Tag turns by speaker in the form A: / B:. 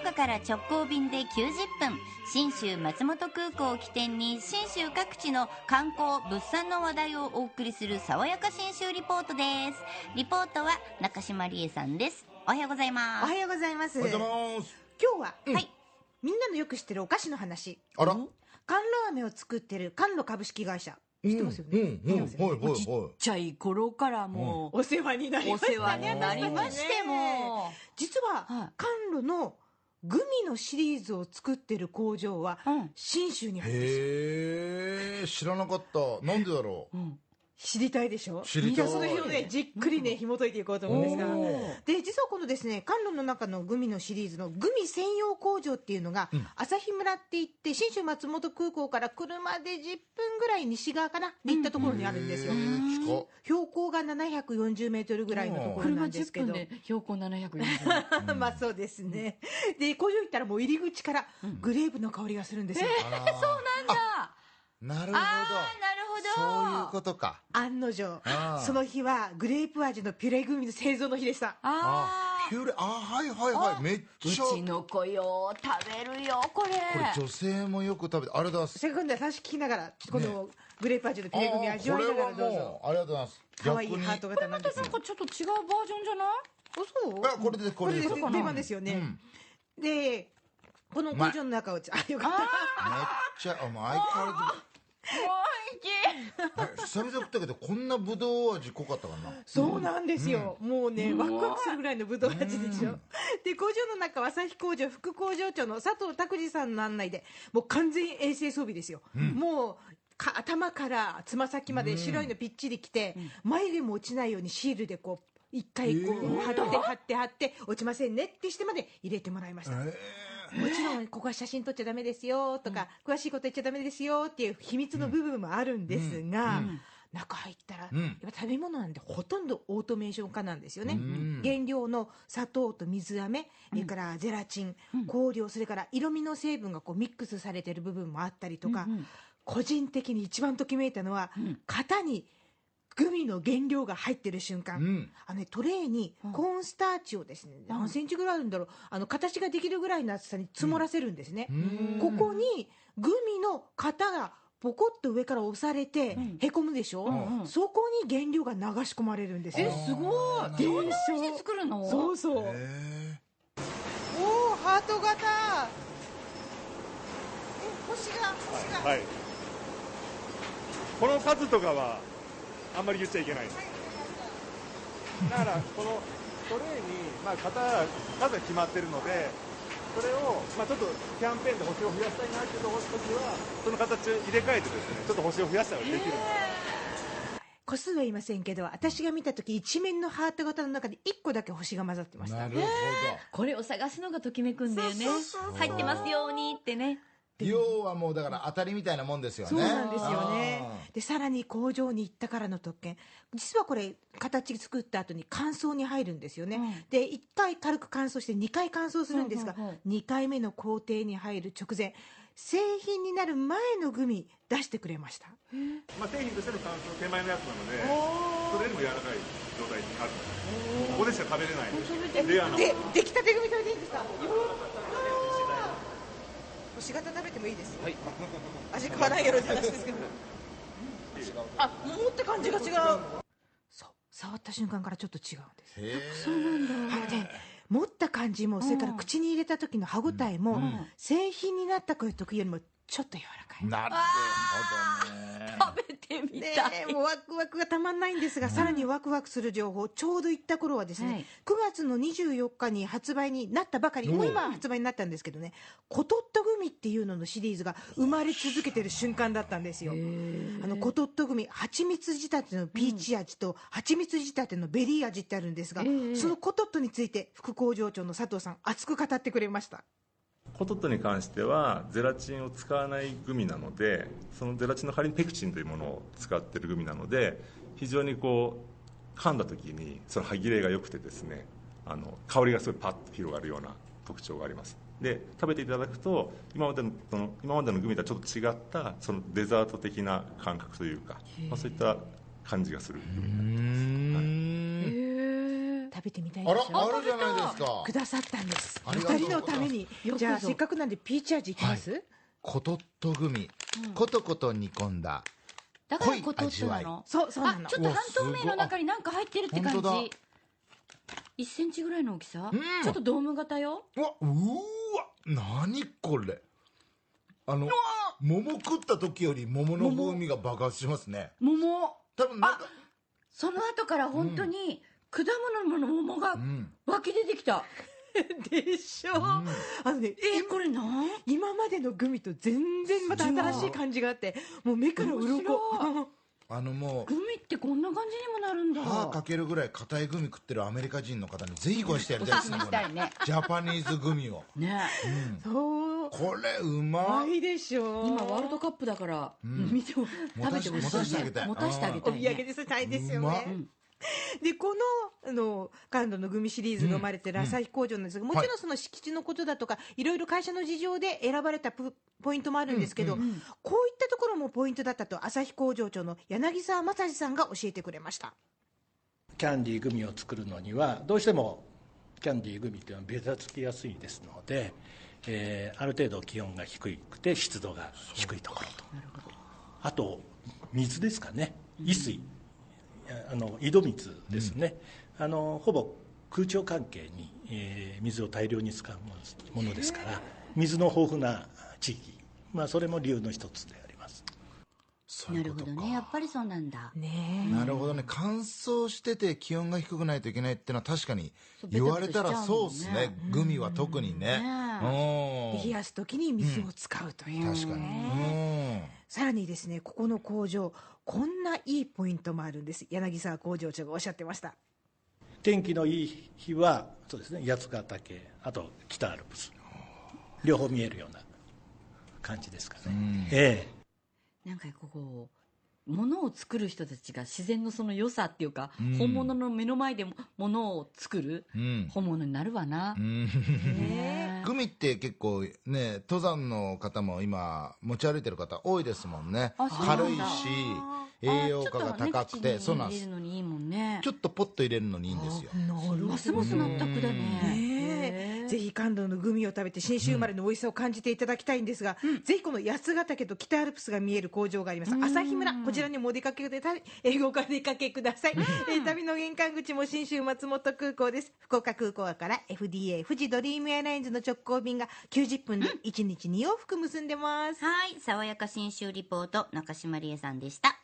A: 岡から直行便で90分信州松本空港を起点に信州各地の観光物産の話題をお送りする「爽やか信州リポート」ですリポートは中島理恵さんですおはようござい
B: お
A: ま
B: は
A: す
B: ようございます。
C: おはようご
B: 今
C: ざいます。
B: 日は、
A: はい
B: みんなのよく知ってるお菓子の話。
C: あら、
B: 甘露飴を作ってる甘露株式会社。
C: 知
B: 知ってますよ
C: う
B: ね。
C: ん、
B: 知っ
C: うん、
B: て
C: は
B: ま
C: い
B: す、よね
C: はい、は
D: ちっちゃい頃からも
B: お世話にな
D: う、
B: り
D: お
B: ましたね。
D: 世話になりましてもう、
B: 実は、
D: はい
B: 甘露のグミのシリーズを作ってる工場は、
D: うん
B: 信州にあ
C: い。
B: るんですよ。
C: へえ、知らなかった。なんでだろう。
B: 知りたいでしょ
C: 知りたい
B: みんなその辺をね、じっくりね、紐解いていこうと思うんですが。
D: おー
B: で、実はこのですね、甘露の中のグミのシリーズのグミ専用工場っていうのが、朝日村って言って、新州松本空港から車で10分ぐらい西側かな、って行ったところにあるんですよ。
C: へえ近っ
B: 標高が740メートルぐらいのところ
D: 車
B: なんです
D: 10
B: けど
D: 分。で標高 740
B: まあそうですね。で、工場行ったらもう入り口からグレープの香りがするんですよ。
C: あらそう
D: なんだ
C: なるほど。
D: あーなるほど
C: そういうことか。
B: 案の定
C: ああ
B: その日はグレープ味のピュレグミの製造の日でした
D: あ
C: あーピューレ、あー、はい、はい、はい、めっ
D: ーう
C: ちゃ。
D: ちの子よ食べるよこれ
C: これ女性もよく食べて、あれだす。
B: せっかくなんで話聞きながらちょっとこのグレープ味のピュレグミ
C: あー
B: 味わいながらどうぞ
C: う、ありがとうございます。
B: 可愛いハート
C: が。
B: 型なんですよ
D: なんかちょっと違うバージョンじゃない
B: おそう
C: いやこれです
B: これです
C: これです
B: 定番ですよね、でこの工場の中をあよかっ
C: めっちゃ、あ、もう相変わらず。え久々食ったけど、こんなぶどう味濃かったかな。
B: たそうなんですよ、もうねワクワクするぐらいのぶどう味でしょで工場の中は旭工場副工場長の佐藤拓司さんの案内でもう完全衛生装備ですよ、もうか頭からつま先まで白いのぴっちりきて、眉毛も落ちないようにシールでこう一回こう貼って貼って貼って落ちませんねってしてまで入れてもらいました、もちろんここは写真撮っちゃダメですよとか、詳しいこと言っちゃダメですよっていう秘密の部分もあるんですが、中入ったら、
C: ん
B: やっぱ食べ物なんでほとんどオートメーション化なんですよね、
C: ん
B: 原料の砂糖と水飴、それからゼラチン、香料それから色味の成分がこうミックスされてる部分もあったりとか、個人的に一番ときめいたのは、型にグミの原料が入ってる瞬間、
C: うん
B: あのね、トレーにコーンスターチをですね、何センチぐらいあるんだろうあの形ができるぐらいの厚さに積もらせるんですね、ここにグミの型がポコッと上から押されてへこむでしょ、そこに原料が流し込まれるんですよ
D: えすごいどんなお店作るの
B: そうそうおおーハート型え星が星が、
E: はい、この数とかはあんまり言っちゃいけないだからこのトレーに、まあ、型数が決まってるのでそれを、まあ、ちょっとキャンペーンで星を増やしたいなっていう時はその形を入れ替えてですねちょっと星を増やしたりはできるんです
B: 個数は言いませんけど私が見た時一面のハート型の中で1個だけ星が混ざってました
C: なるほど。
D: これを探すのがときめくんだよね入ってますようにってね
C: 要はもうだから当たりみたいなもんですよね。
B: そうなんですよね
C: あ
B: でさらに工場に行ったからの特権実はこれ形作った後に乾燥に入るんですよね、で1回軽く乾燥して2回乾燥するんですが、
D: うんうんうん
B: 2回目の工程に入る直前製品になる前のグミ出してくれました
E: まあ、製品としての乾燥手前のやつなのでそれよりも柔らかい状態にあるのでここでしか食べれないレアな
B: で出来たてグミ食べていいんですか星型食べてもいいです、味変わらんやろって話です けどあ桃って感じが違うそう触った瞬間からちょっと違うんです
C: ーへ
B: あのね、持った感じも、それから口に入れた時の歯ごたえも、製品になった時よりもちょっと柔らか
C: え。
B: い。
C: なるほどね。
D: 食べてみたい、
B: ねえもうワクワクがたまんないんですが、さらにワクワクする情報、ちょうど行った頃はですね、
D: はい
B: 9月の24日に発売になったばかり、もう今は発売になったんですけどね、コトットグミっていうののシリーズが生まれ続けてる瞬間だったんですよ。あの、コトットグミ、蜂蜜仕立てのピーチ味と、蜂蜜仕立てのベリー味ってあるんですが、そのコトットについて、副工場長の佐藤さん、熱く語ってくれました。
F: コトットに関してはゼラチンを使わないグミなのでそのゼラチンの代わりにペクチンというものを使ってるグミなので非常にこう噛んだ時にその歯切れが良くてですねあの香りがすごいパッと広がるような特徴がありますで食べていただくと今までのその今までのグミとはちょっと違ったそのデザート的な感覚というか、まあ、そういった感じがするグミになります
C: うー
B: 食
C: ん。
B: 食べてみたいで
C: あ
B: し
C: ら
B: ょ
C: あるじゃないですか
B: くださったんです
C: ありがとう
B: 二人のために
D: よくぞ
B: じゃあせっかくなんでピーチ味いきます、
C: ことっと組コトコト煮込んだ
D: だからことってなの
B: そうそうな
D: あ
B: の
D: ちょっと半透明の中になんか入ってるって感
C: うわすごいあ
D: じ1センチぐらいの大きさ、
C: うん
D: ちょっとドーム型よ
C: うわうーわ何これあの桃食った時より桃の風味が爆発しますね
D: 桃
C: 多分なんか
D: その後から本当に果物の桃が
C: うん
D: 湧き出てき た、
B: でしょ、あのね
D: えこれなん
B: 今までのグミと全然また新しい感じがあってもう目から鱗
D: 面
C: あのも
D: グミってこんな感じにもなるんだ
C: う歯かけるぐらい硬いグミ食ってるアメリカ人の方にぜひごしてやりたいですね
D: おすすめしたいね
C: これジャパニーズグミを
D: ね
B: そう
C: これうま
B: 可
C: い
B: 愛いでしょ
D: 今ワールドカップだから、
C: ん
D: 見ても食べてほしい、
C: 持
D: ね、
C: たしてあげたい
D: 持たしてあげ
B: お
D: た
B: 土
D: い
B: 産
D: ね
B: です大変ですよ
C: うま
B: ね、でこのあの感度のグミシリーズが生まれてる
C: うん
B: 旭工場なんですが、も
C: はい
B: ちろんその敷地のことだとか、い、ろいろ会社の事情で選ばれたプポイントもあるんですけど、こういったところもポイントだったと旭工場長の柳沢正史さんが教えてくれました
G: キャンディーグミを作るのにはどうしてもキャンディーグミというのはべたつきやすいですので、えーある程度気温が低くて湿度が低いところとあと水ですかね衣水あの井戸水ですね、あのほぼ空調関係に、えー水を大量に使うものものですから水の豊富な地域、まあ、それも理由の一つであります
C: そうい
D: な
C: う
D: る
C: こ
D: ほ
C: と
D: ど
C: か
D: ねやっぱりそうなんだ
B: ね
C: なるほどね乾燥してて気温が低くないといけないっていうのは確かに
D: そう
C: 言われた
D: ベ
C: ら
D: タベタしちゃう
C: そ
D: も
C: うんで
D: ね
C: すねグミは特にね
B: えで冷やすときに水を使うという、
C: うん確かにうん
B: さらにですねここの工場こんないいポイントもあるんです柳沢工場長がおっしゃってました
G: 天気のいい日はそうですね八ヶ岳あと北アルプス両方見えるような感じですかね、ええ
D: なんかこう物を作る人たちが自然のその良さっていうか、本物の目の前でも物を作る、
C: ん
D: 本物になるわな、ね
C: グミって結構ね、登山の方も今、持ち歩いてる方多いですもんね。軽いし、栄養価が高くて、
D: あち
C: そ
D: ょ
C: う
D: っとね口
C: なんです。
D: に入れるのにいいもんね
C: ちょっとポッと入れるのにいいんですよ。
D: ますます納得だね
B: ねえぜひ感動のグミを食べて信州生まれの美味しさを感じていただきたいんですが、ぜひこの八ヶ岳と北アルプスが見える工場があります朝日村こちらにもお出かけください英語からお出かけください、えー旅の玄関口も信州松本空港です福岡空港から FDA 富士ドリームエアラインズの直行便が90分で1日2往復結んでます
A: はい爽やか新州リポート中島理恵さんでした